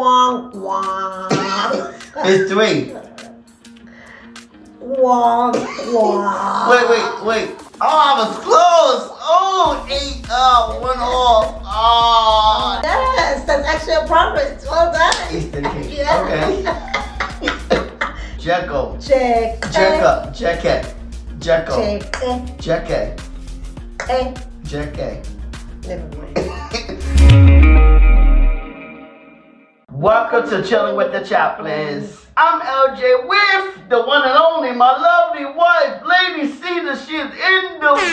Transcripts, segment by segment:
Wah, wah. It's doing. Wah, wah. Wait, wait, wait. Oh, I was close. Oh, eight up, one off. Oh. Yes, that's actually a progress. Well done. It's the cake. Okay. Yeah. Jekyll. Check. Jekka. Jekke. Jekyll. Check. Jekke. Eh. Jekke. Never mind. Welcome to Chilling with the Chaplains. I'm LJ with the one and only, my lovely wife, Lady Cena. She's in the building.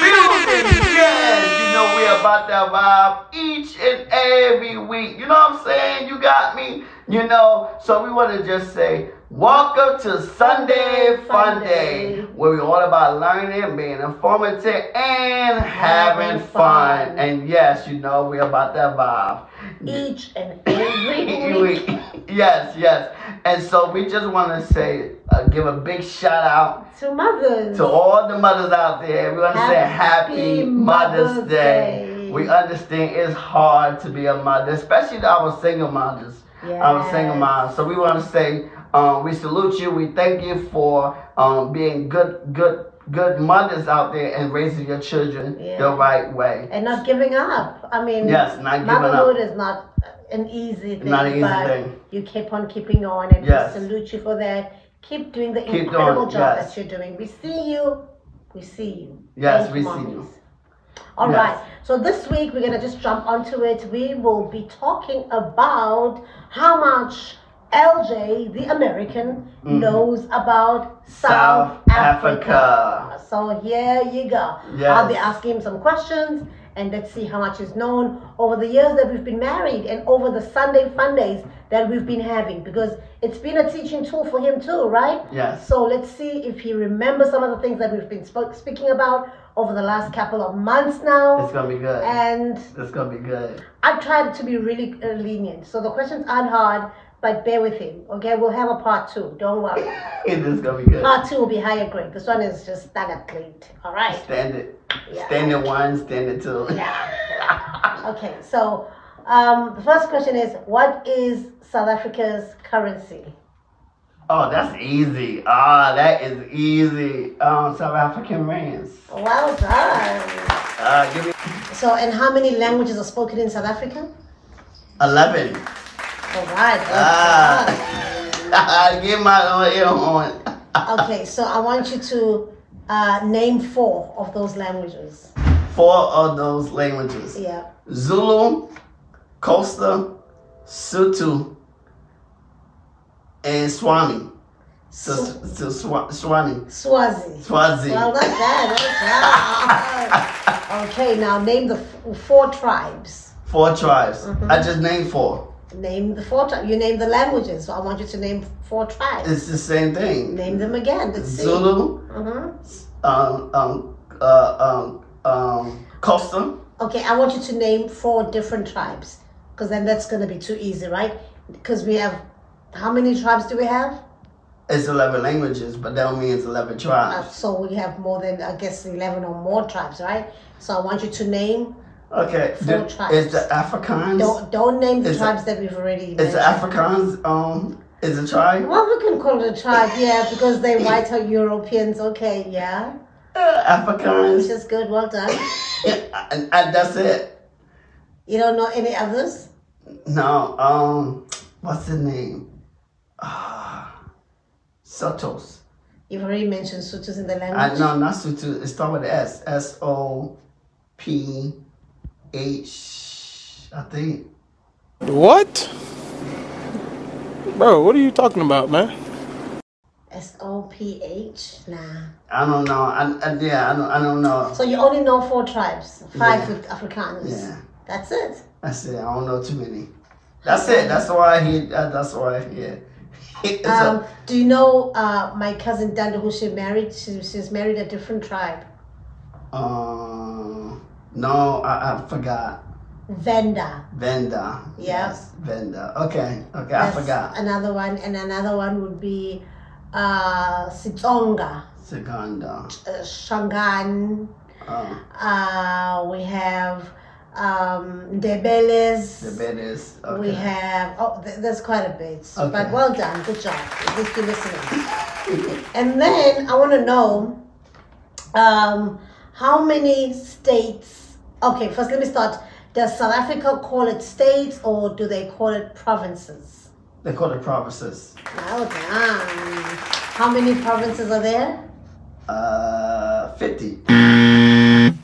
Yes, you know we're about that vibe each and every week. You know what I'm saying? You got me. You know, so we want to just say, Welcome to Sunday Fun Day, where we're all about learning, being informative, and having fun. And yes, you know, we're about that vibe. Each and every We- week yes, yes. And so we just want to say, uh, give a big shout out to mothers. to all the mothers out there. We want to say Happy Happy Mother's Mother's Day. Day. We understand it's hard to be a mother, especially our single mothers. Our single Yes. moms. So we want to say, um, we salute you. We thank you for um, being good, good, good mothers out there and raising your children Yeah. the right way. and not giving up. I mean, Yes, not giving up. motherhood is not an easy thing, Not an easy but thing. you keep on keeping on, and Yes. we salute you for that. Keep doing the Keep incredible doing, job yes. that you're doing. We see you. We see you. Yes, Thank we see mommies. you. All Yes. right. So this week we're gonna just jump onto it. We will be talking about how much LJ, the American, Mhm. knows about South South, Africa. So here you go. Yes. I'll be asking him some questions and let's see how much is known over the years that we've been married and over the Sunday fun days that we've been having because it's been a teaching tool for him too, right? Yes. So let's see if he remembers some of the things that we've been spoke speaking about over the last couple of months It's now. gonna be good. And it's gonna be good. I've tried to be really uh, lenient. So the questions aren't hard, but bear with him. Okay, we'll have a part two. Don't worry. It is gonna be good. Part two will be higher grade. This one is just standard grade. All right. Standard. Yeah. Standard one, standard two. Yeah. Okay, so um, the first question is what is South Africa's currency? Oh, that's easy. Ah, that is easy. Um, South African rands. Well done. Uh, give me So, and how many languages are spoken in South Africa? eleven. All right. well Ah, get my own ear on. done. Okay, so I want you to uh, name four of those languages. Four of those languages: Yeah. Zulu, Costa, Sutu, and Swami. So, Sw- so Swa- Swami. Swazi. Swazi. Well, that's that. Okay, now name the f- four tribes. Four tribes. Mm-hmm. I just named four. Name the four tribes. You name the languages, so I want you to name four tribes. It's the same thing. Name them again. Let's see. Zulu, Mhm. um, um, uh, um, um, Costa. Okay, I want you to name four different tribes because then that's going to be too easy, right? Because we have how many tribes do we have? It's 11 languages, but that don't mean it's 11 Uh, tribes. so we have more than, I guess, 11 or more tribes, right? So I want you to name, Okay. Four the- tribes. Is the Afrikaans? don't, don't name the Is it- tribes that we've already is the mentioned. Afrikaans, um, is a tribe? Well, we can call it a tribe, yeah, because they white are Europeans. Okay, yeah. Uh, Which Afrikaans. is good, well done. and, and that's it. You don't know any others? No, um, what's the name? Ah, Sotos. You've already mentioned Sutus in the I, language. no, not Sutu. It starts with S. S O P H, I think. What? Bro, what are you talking about, man? S O P H? Nah. I don't know. I, I, yeah, I don't, I don't know. So you only know four tribes, five Yeah. with Afrikaners. Yeah. That's it. That's it. I don't know too many. That's it. That's why he. that- That's why yeah. It's Um, a- do you know uh, my cousin Danda who she married? She, she's married a different tribe. um, no, I, I forgot. Venda. Venda. Venda. Okay. Okay. I That's forgot. Another one, and another one would be uh, Sitonga, Segunda. uh, Shangan. Um, Uh, we have um, Debeles. The bed is. Okay. We have, oh, th- there's quite a bit. Okay. But well done, good job. At least you're listening. and then I want to know um, how many states, okay, first let me start. Does South Africa call it states or do they call it provinces? They call it provinces. Well done. How many provinces are there? Uh, 50. Mm.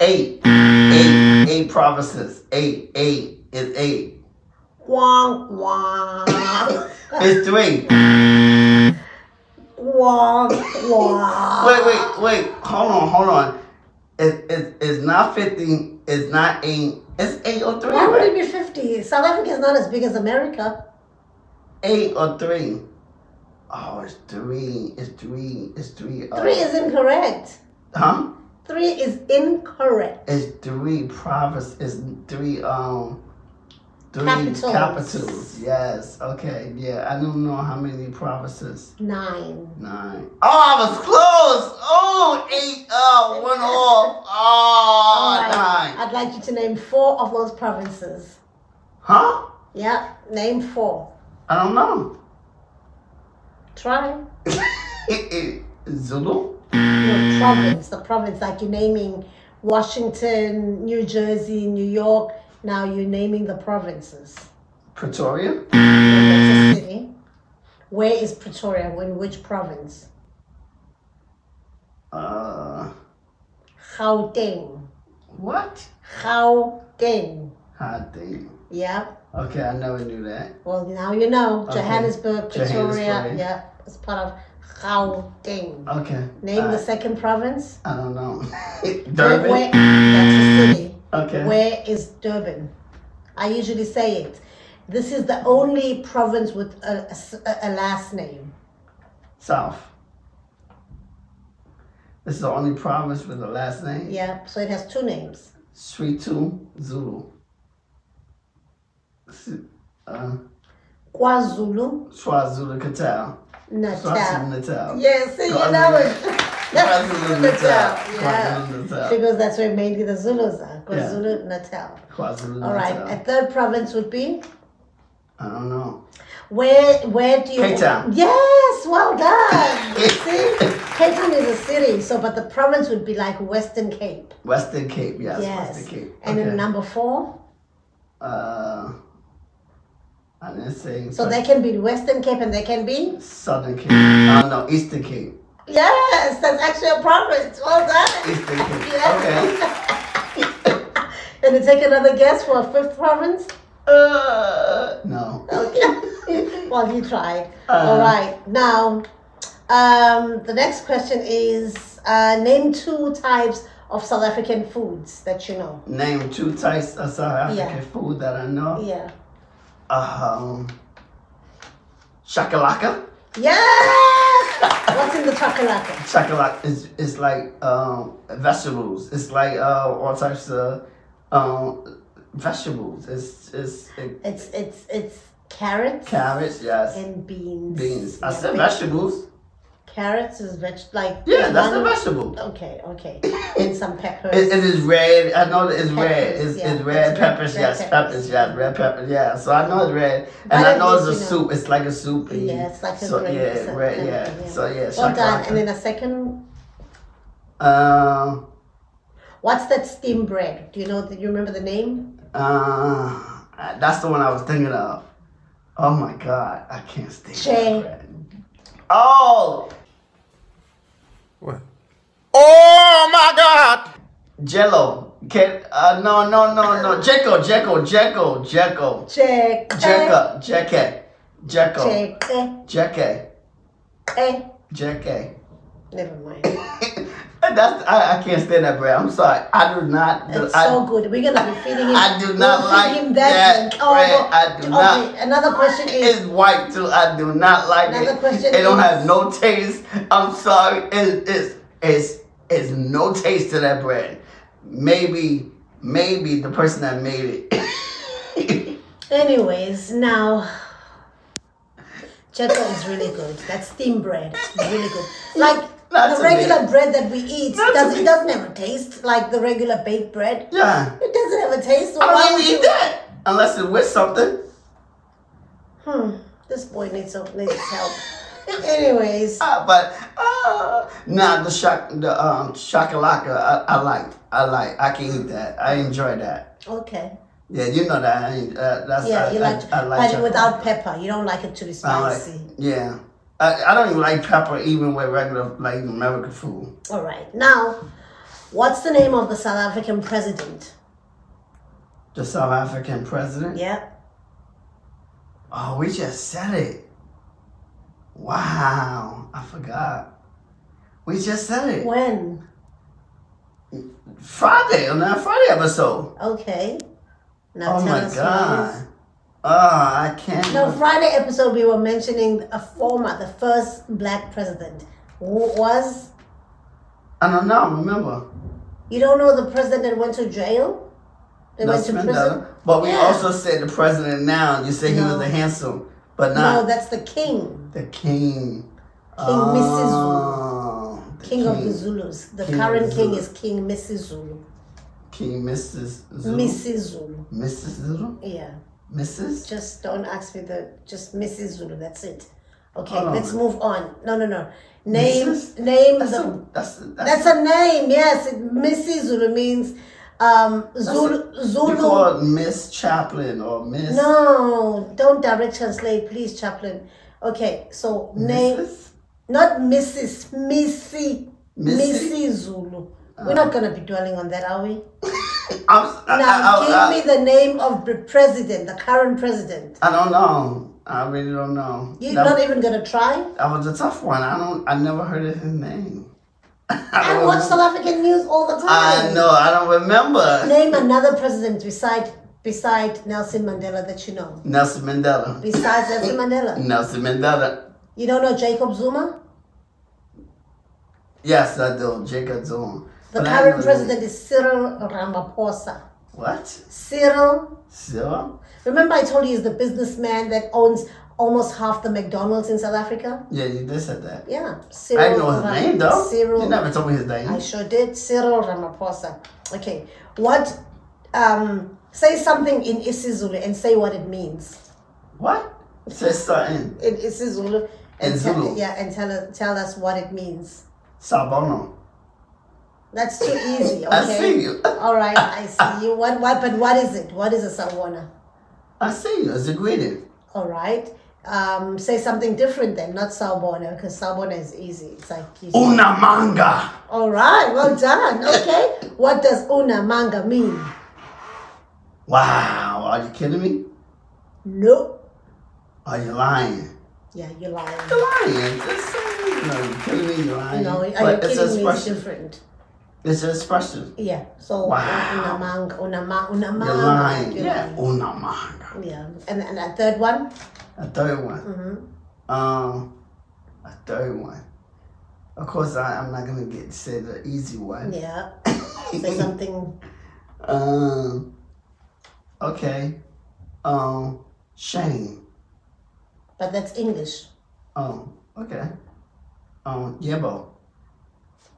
Eight. Eight. Eight provinces. Eight. Eight. It's eight. Wah, wah. It's three. wah, wah. Wait, wait, wait. Hold on, hold on. It, it, it's not 50. It's not eight. It's eight or three. Why would it Right? be 50? South Africa is not as big as America. Eight or three. Oh, it's three. It's three. It's three. Uh, Three is incorrect. Huh? Three is incorrect. It's three provinces. It's three um three Capitals. capitals. Yes. Okay. Yeah. I don't know how many provinces. Nine. Nine. Oh, I was close. Oh, eight. Uh, one off. Oh, Alright, nine. I'd like you to name four of those provinces. Huh? Yeah, name four. I don't know. Try. Zulu. Hmm. Your province, the province like you're naming Washington, New Jersey, New York. Now you're naming the provinces. Pretoria. That's a city. Where is Pretoria? In which province? Uh, Gauteng. what? Gauteng. Hot damn. Yeah. Okay, I never knew that. Well, now you know. Okay. Johannesburg, Pretoria. Johannesburg. Yeah, it's part of Gauteng. Okay. Name I, the second province. I don't know. Where, Durban. that's a city. Okay. Where is Durban? I usually say it. This is the only province with a, a s- a- a last name. South. This is the only province with the last name. Yeah, so it has two names. Sri Tu Zulu. S- Uh, KwaZulu Swazulu Natal. Natal. Swazulu Natal. Yes, see, you KwaZulu. know it. That's KwaZulu Natal. Natal. Yeah. KwaZulu Natal. Because that's where mainly the Zulus are. Yeah. KwaZulu Natal. KwaZulu All right. Natal. A third province would be I don't know. where? Where do you? Cape Town. Yes. Well done. You See, Cape Town is a city. So, but the province would be like Western Cape. Western Cape, yes. Yes. Western Cape. And Okay. then number four. Uh, I didn't say. So they can be Western Cape and they can be. Southern Cape. Uh, no, Eastern Cape. Yes, that's actually a province. Well done. Eastern Cape. Okay. Yes. Can you take another guess for a fifth province? Uh, no. Okay. well, you tried. Uh. All right. Now, um, the next question is uh, name two types of South African foods that you know. Name two types of South African Yeah. food that I know. Yeah. Um, shakalaka. Yes! What's in the chocolate? Shakalaka is is like um vegetables. It's like uh all types of um vegetables. It's it's it, It's it's it's carrots carrots. Yes. and beans. Beans. I Yeah, said beans. vegetables. Carrots is veg like Yeah, that's a one- vegetable. Okay, okay. and some peppers. It, it is red. I know that it's red. Peppers, It's, yeah. it's red It's red- peppers. red yes, peppers. peppers. Yes, red peppers. Yeah. So I know it's red, and But I at know it's a least you know. soup. It's like a soup. and- yeah, it's like a so, grape, yeah, so- red. Yeah. So yeah, Well done. shakalaka. And then a second um, What's that steam bread? Do you know? Do you remember the name? uh, that's the one I was thinking of. Oh my God, I can't stand Che. that bread. Oh, What? Oh my God! Jello. Can uh, no no no no Jekyll Jekyll Jekyll Jekyll Check. eh, Jekyll Jekyll Jekyll Check. eh, Jekyll eh. Jekyll. Never mind. That's I, I can't stand that bread. I'm sorry. I do not. It's I, so good. We're gonna be feeding him. I do not we'll feed like him that drink. Oh, bread. I do not- Another question is. It's white too. I do not like Another it. question it don't is- have no taste. I'm sorry. It, it's it's it's no taste to that bread. Maybe maybe the person that made it. Anyways, now. Cheto is really good. That steam bread is really good. Like Not the to me. regular bread that we eat Not to does me. it doesn't have a taste like the regular baked bread. Yeah. It doesn't have a taste. So I why don't would even you? eat that unless it's with something. Hmm. This boy needs help. Needs help. Anyways, Uh, but uh, nah, the shock, the um, shakalaka, I, I like, I like, I can eat that. I enjoy that. okay. Yeah, you know that. I, en- uh, that's Yeah, I, you I, like, I like but shakalaka. without pepper. You don't like it to be I like- spicy. yeah, I, I don't even like pepper, even with regular like American food. All right. Now, what's the name of the South African president? The South African president. Yeah. Oh, we just said it. Wow, I forgot. We just said it. When? Friday on that Friday episode. Okay. Now Oh tell my us what it is. god. Oh, I can't. No, Friday episode we were mentioning a former, the first black president. Who was? I don't know. Remember, You don't know the president that went to jail? They went to Nelson prison? Mandela. But we Yeah. also said the president. Now you said he was No. a handsome, but No, not that's the king. the king. King Mrs. Mrs. King of the Zulus. The King of current the king Zulus. is King Mrs. Zulu. King Mrs. Zulu. Mrs. Zulu. Mrs. Zulu. Yeah. Mrs. Just don't ask me the just Mrs. Zulu. That's it. Okay, Hold on. let's move on. No, no, no. Name Mrs.? name Oh. That's the a, that's a, that's, That's a name, yes. It, Mrs. Zulu means um, Zulu. you Zulu. call it Miss Chaplin or Miss no, don't direct translate, please, Chaplain. Okay, so name, Mrs. not Mrs. Missy. Missy? Uh. Missy Zulu. We're not gonna be dwelling on that, are we? I'm, s- I, Now, I- give I- me the name of the president, the current president. I don't know. I really don't know. You're that, not even gonna try. that was a tough one. I don't. I never heard of his name. I, I don't watch remember. South African news all the time. Uh, I know. I don't remember. Name another president beside beside Nelson Mandela that you know. Nelson Mandela. Besides Nelson Mandela. Nelson Mandela. You don't know Jacob Zuma? Yes, I do. Jacob Zuma. The But I current know- president is Cyril Ramaphosa. What? Cyril, Cyril? remember I told you he's the businessman that owns almost half the McDonald's in South Africa? Yeah, you did said that. Yeah, I Cyril. didn't know his Ram- name though. Cyril. You never told me his name. I sure did. Cyril Ramaphosa. Okay, what? Um, say something in isiZulu and say what it means what? Say something. in isiZulu. And In tell- Zulu. yeah, and tell us tell us what it means. Sabono. That's too easy. Okay. I see you. All right, I see you. What? What? But what is it? What is a sawana? I see you. It's a greeting. All right. Um, say something different then, not Sawbona, because Sawbona is easy. It's like you Una manga. All right, well done. Okay. what does una manga mean? Wow. Are you kidding me? No. Are you lying? Yeah, you're lying. You're lying. It's, you know, you're killing me. You're lying. No, are you Mm-hmm. But it's kidding an me? It's expression. different. It's an expression. Yeah. So uh, Wow. una manga, una ma, una manga. You're lying. You're Yeah. lying. Una manga. Yeah. And and a third one. A third one. Mm-hmm. Um, a third one. Of course, I, I'm not gonna get to say the easy one. Yeah. Say something. um, okay. Um, shame. But that's English. Oh, okay. Um, yebo.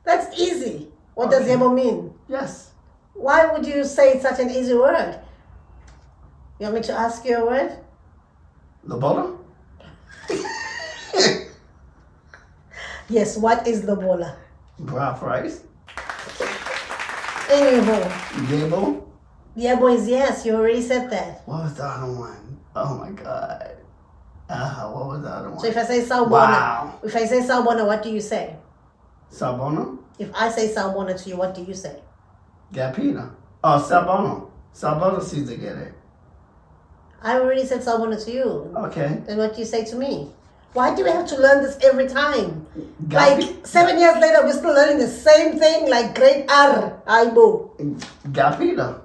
That's easy. What does Okay. yebo mean? Yes. Why would you say it's such an easy word? You want me to ask you a word? Lobola. Yes, what is the bola? Brown rice. Anywho, Yebo. yeah, boys, yes, you already said that. What was the other one? Oh my god. Uh, what was the other one? So if I say sawbona, Wow. if I say sawbona, what do you say? Sabono? If I say sawbona to you, what do you say? Gapina. Oh, Sabono. Sabono sees to get it. I already said sawbona to you. Okay. Then what do you say to me? Why do we have to learn this every time? Gapi- Like seven years later, we're still learning the same thing. Like grade R, aibo, Gapina.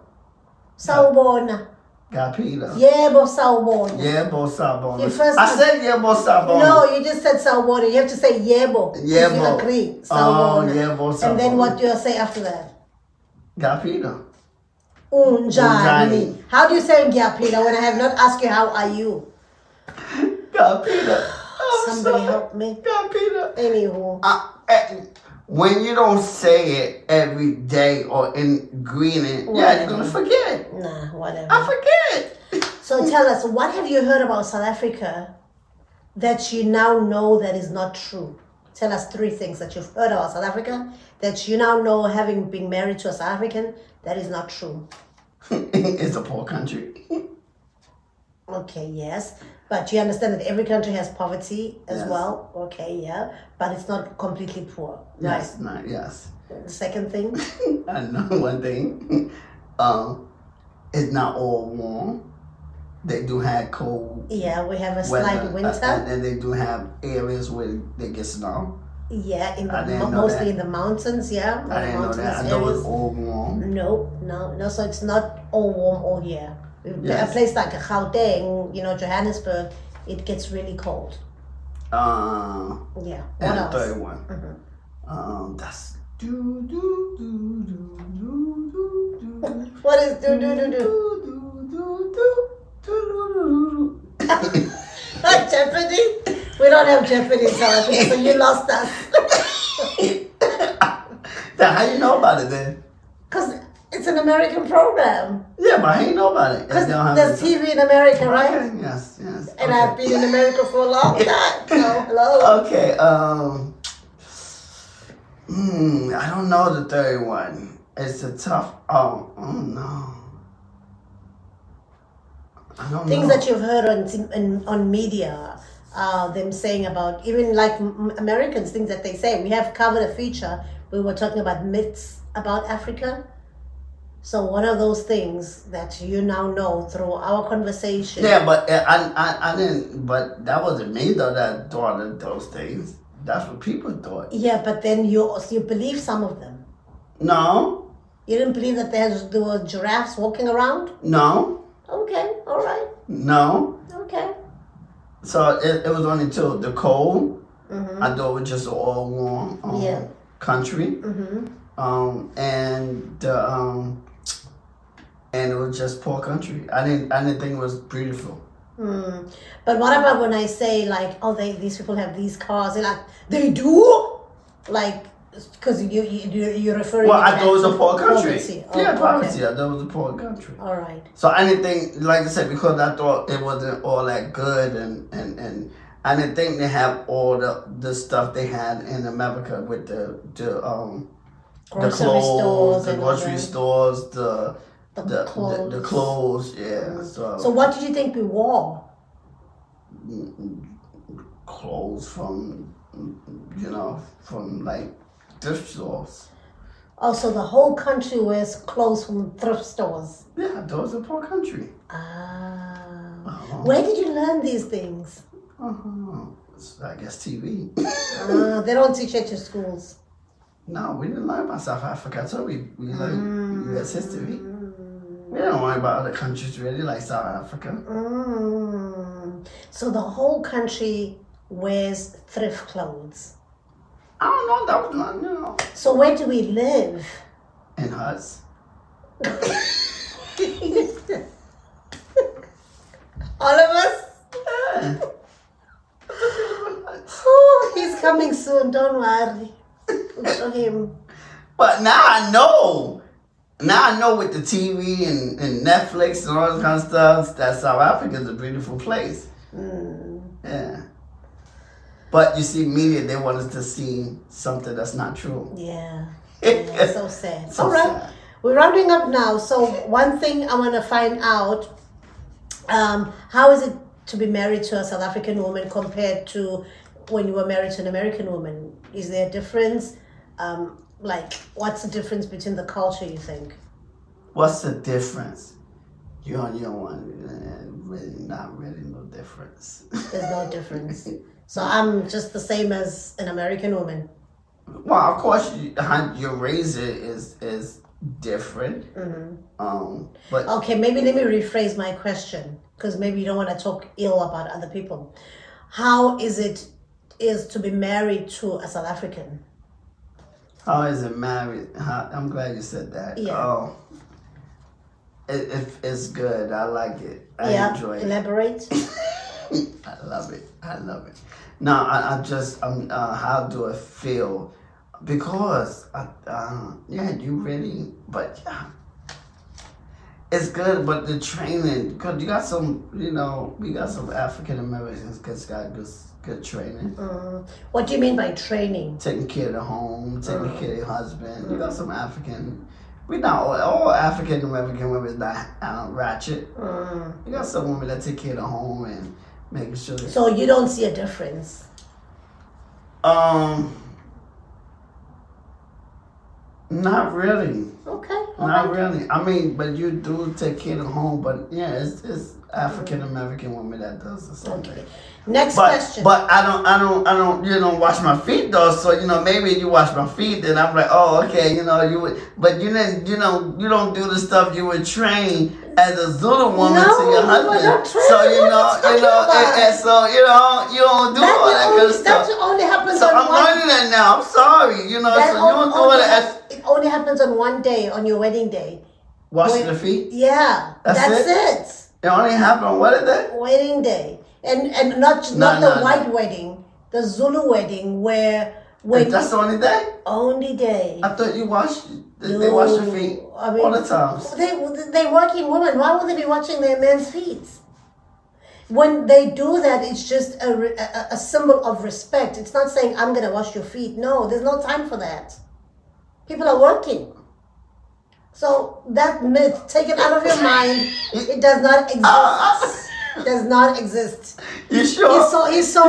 sawbona, Gapina. yebo sawbona. Yebo Sabono. You first- I said Yebo Sabono. No, you just said sawbona. You have to say yebo. If you Yebo. agree. Oh, Sawbona. yebo, And then sawbona. what do you say after that? Gapina. Unjani. Unjani. How do you say ngiyaphila when I have not asked you how are you? Gapina. I'm Somebody sorry. help me. Gapina. Anywho. I, eh, when you don't say it every day or in green it, yeah, you're gonna forget. Nah, whatever. I forget. So tell us, what have you heard about South Africa that you now know that is not true? Tell us three things that you've heard about South Africa that you now know, having been married to a South African, that is not true. it's a poor country. Okay, yes. But you understand that every country has poverty as Yes. well. Okay, yeah. But it's not completely poor. Yes, not yes. Right. The second thing. I know one thing. Um, it's not all warm. They do have cold Yeah, we have a weather, slight uh, winter. and then they do have areas where they get snow. yeah, in I the, didn't mo- know mostly that. in the mountains, yeah. I the didn't know that. mountainous I know areas. it's all warm. No, no, no. So it's not all warm all year. Yes. A place like Gauteng, you know, Johannesburg, it gets really cold. Um, Yeah. What and the else? Mm-hmm. third one. Um, that's do do do do do do do do. What is do do do do? do do do do do do do do. Not Jeopardy. We don't have Jeopardy, so so you lost us. Now, how you know about it then? Cause it's an American program. Yeah, but how you know about it? Cause They don't have there's it. TV in America, right? Okay, Yes, yes. And okay. Oh, I've been in America for a long time. So hello. Okay. Um. Mm, I don't know the third one. It's a tough. Oh, oh no. I don't Things know. that you've heard on t- on, on media, uh, them saying about even like m- m- Americans, things that they say. We have covered a feature. We were talking about myths about Africa. So one of those things that you now know through our conversation. Yeah, but uh, I, I, I didn't. But that wasn't me though. That thought of those things. That's what people thought. Yeah, but then you you believe some of them. No, You didn't believe that there, there were giraffes walking around. no, Okay, all right, no. okay. So it, it was only two. The cold. I thought it was just an all warm um, Mm-hmm. Yeah. country. Mm-hmm. Um and the um. And it was just poor country. I didn't. I didn't think it was beautiful. Mm. But what about when I say like, oh, they these people have these cars? They're like, they do, like, because you you you- you're referring. Well, to I thought it was a poor country. Poverty. Oh, yeah, okay. poverty. I thought it was a poor country. All right. So I didn't think, like I said, because I thought it wasn't all that good, and and and I didn't think they have all the the stuff they had in America with the the um Grocery the clothes, stores the and grocery all that. stores, the The the the, clothes. the clothes, yeah. So, So what did you think we wore? clothes from you know from like thrift stores. Oh, so the whole country wears clothes from thrift stores. Yeah, that was a poor country. Ah. Uh-huh. Where did you learn these things? Uh-huh. So I guess TV. Ah, they don't teach it to schools. No, we didn't learn about South Africa. So we we learned U.S. history. Mm. We don't worry about other countries really, like South Africa. Mm. So the whole country wears thrift clothes. I don't know. That was not, you know. So where do we live? And us. All of us? Yeah. Oh, he's coming soon, don't worry. We'll show him. But now I know. Now I know with the TV and, and Netflix and all this kind of stuff that South Africa is a beautiful place. Mm. Yeah. But you see, media, they want us to see something that's not true. Yeah. yeah. So sad. So All right. sad. We're rounding up now. So one thing I want to find out, um, how is it to be married to a South African woman compared to when you were married to an American woman? Is there a difference? Um, like, what's the difference between the culture? You think? What's the difference? You don't, you don't want eh, really not really no difference. There's no difference. So I'm just the same as an American woman. well, of course, you, how your razor is is different. Mm-hmm. Um, but Okay, maybe let me rephrase my question because maybe you don't want to talk ill about other people. How is it is to be married to a South African? how Oh, is it married? How, I'm glad you said that. Yeah. Um, it, it, it's good. I like it. I yeah, enjoy it. elaborate. I love it. I love it. Now I, I just um uh, how do I feel? Because I, um yeah, you really, but yeah, it's good. But the training, cause you got some, you know, we got some African Americans, cause got good good training, What do you mean by training? taking care of the home, taking care of your husband. You got some African. We not all, all African American women not uh, ratchet. You got some women that take care of the home and making sure. that- So you don't see a difference. Um, not really, Okay. all not right. really. I mean, but you do take care of home, but yeah, it's, it's African American woman that does the same thing. Next But question. but I don't I don't I don't you don't wash my feet though. So you know maybe you wash my feet, then I'm like oh okay you know you would but you didn't you know you don't do the stuff you would train as a Zulu woman No, to you your were husband. not trained. So you What know you you know talking and, about? and so you know you don't do that all will that only, good stuff. That only happens So on I'm one. learning that now. I'm sorry, you know. that so on- you don't do only it hap- as it only happens on one day, on your wedding day. washing the feet. Yeah, That's that's, It only happened on what is it. that? Wedding day, and and not No, not the no, no. white wedding, the Zulu wedding, where when That's the only day. only day. I thought you washed. They, they wash your No, feet I mean- all the time. They they working women. Why would they be watching their men's feet? When they do that, it's just a, re- a, a symbol of respect. It's not saying I'm gonna wash your feet. No, there's no time for that. People are working. So that myth, take it out of your mind. It does not exist. does not exist. You He sure? saw. He saw.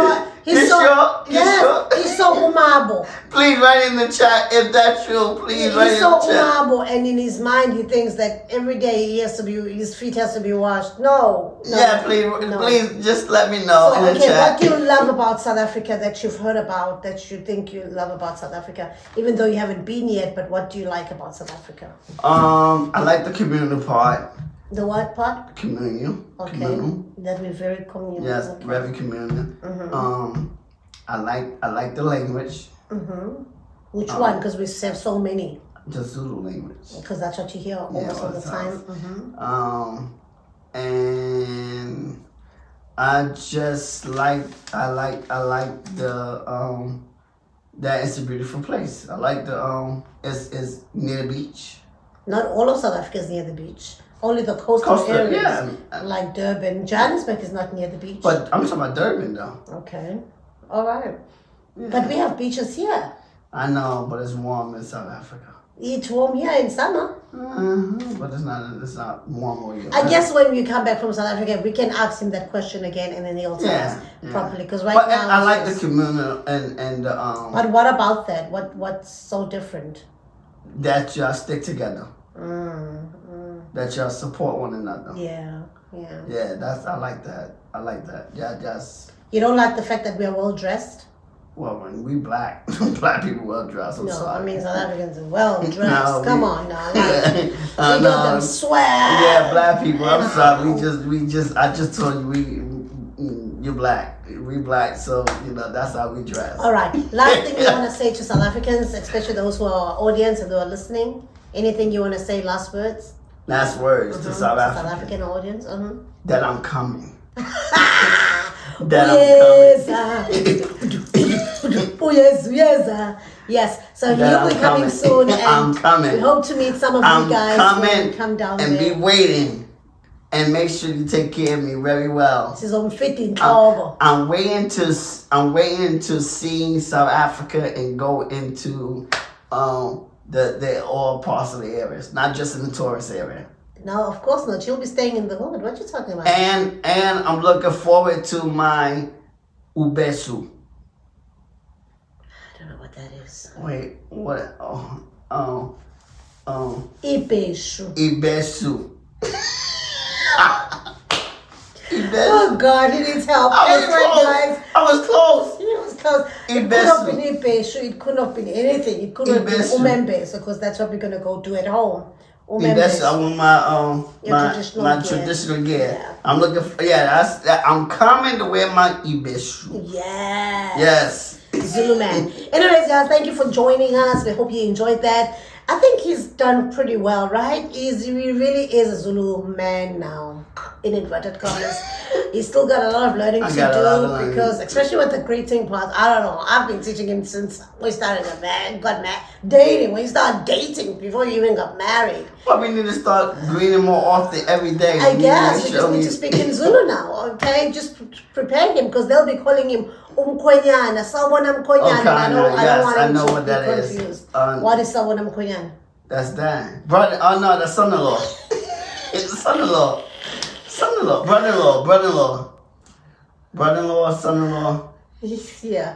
He You saw. sure? You Yes, sure? he saw Umabo. Please write in the chat if that's true. He Please write in saw the chat. Umabo, and in his mind, he thinks that every day he has to be, his feet has to be washed. No, no yeah, please, no. please just let me know So, in the okay, what chat. do you love about South Africa that you've heard about that you think you love about South Africa, even though you haven't been yet? But what do you like about South Africa? um, I like the communal part. The what part? Communal. Okay, Communal. that we very communal. Yes, okay. Mm-hmm. very communal. Um, I like I like the language, Which one? Because we have so many. the Zulu language. Because that's what you hear almost all all the the time. time. Mm-hmm. Mhm. Um, and I just like I like I like the um that it's a beautiful place. I like the um it's it's near the beach. Not all of South Africa is near the beach. Only the coastal Coastal, areas, yeah. like Durban, Johannesburg is not near the beach. But I'm talking about Durban though. okay, all right. But we have beaches here. I know, but it's warm in South Africa. It's warm here in summer. Mhm, But it's not it's not warm all year. I guess when we come back from South Africa, we can ask him that question again, and then he'll tell yeah, us yeah. properly. Because right but now, I it's like the just- communal and and the, um But what about that? What what's so different? that y'all stick together, Mm, mm, that y'all support one another. yeah, yeah. Yeah, that's I like that. I like that. Yeah, just You don't like the fact that we are well dressed. well, when we black, black people well dressed. I'm No, sorry. I mean South Africans are well dressed. No, Come we- Uh, on now. Like, I we got know. them swag. yeah, black people. I'm sorry. We just, we just, I just told you, we, mm, you black, we black. So you know, that's how we dress. All right. Last thing we want to say to South Africans, especially those who are our audience and who are listening. Anything you want to say? Last words Last words to South to Africa. South African audience. Uh-huh. That I'm coming. that Yes, I'm ah. coming. Oh yes, yes, ah. yes. So That he'll I'm be coming coming. soon, and I'm coming. we hope to meet some of I'm you guys when coming. you come down and there. be waiting. And make sure you take care of me very well. this is on fitting I'm, Togo. I'm waiting to s- I'm waiting to see South Africa and go into um the the all parts of the areas, not just in the tourist area. No, of course not. You'll be staying in the hood. What you talking about? And and I'm looking forward to my ubesu. I don't know what that is. Wait, what? Oh, oh, oh, Ibeshu. ibesu. ibesu. Oh God, he needs help. I was Anyway, close. guys. I was close. It was close. It could Ibesu. have been Ibeshu. It could have been anything. It could have been Ibesu. Umembeso because that's what we're going to go do at home. Yeah, that's I Umembeso. want my um Your my traditional my gear. traditional gear. Yeah. I'm looking for yeah. That's that, I'm coming to wear my ibishu. Yeah. Yes. Zulu man. Anyways, guys, thank you for joining us. We hope you enjoyed that. I think he's done pretty well, right? He's, he really is a Zulu man now, in inverted commas. he's still got a lot of learning I to got a lot of do learning. because, especially with the greeting part, I don't know. I've been teaching him since we started a man, got married, dating. When you start dating before you even got married, But we need to start greeting more often every day. I We need to guess make we sure just need to we- speak in Zulu now, okay? Just pre- prepare him because they'll be calling him Umkwenyana, Sawona Mkwenyana. and I Okay, don't, I Oh, yes, don't want I him know to what be that is. confused. Um, what is Sawona Mkwenyana? That's that. Brother, oh no, that's son-in-law. it's son-in-law. Son-in-law, brother-in-law, brother-in-law. Brother-in-law, son-in-law. He's- Yeah,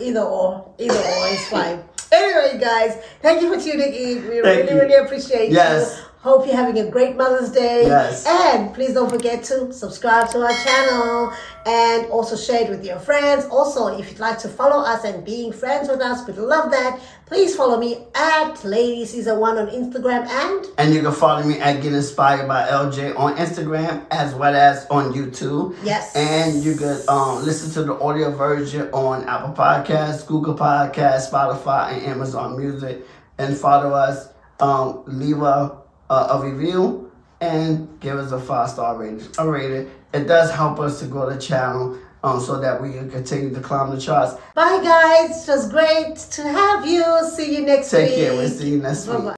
either or, either or is fine. Anyway, guys, thank you for tuning in. We Thank really, you. really appreciate Yes. you. Hope you're having a great Mother's Day. Yes. And please don't forget to subscribe to our channel and also share it with your friends. Also, if you'd like to follow us and being friends with us, we'd love that. Please follow me at Lady Season One on Instagram and And you can follow me at Get Inspired by LJ on Instagram as well as on YouTube. Yes. And you could um, listen to the audio version on Apple Podcasts, Google Podcasts, Spotify, and Amazon Music. And follow us, um, leave a, a, a review, and give us a five star rating. A rating. It does help us to grow the channel um, so that we can continue to climb the charts. bye, guys. It was great to have you. See you next Take week. care. We'll see you next week. Bye-bye.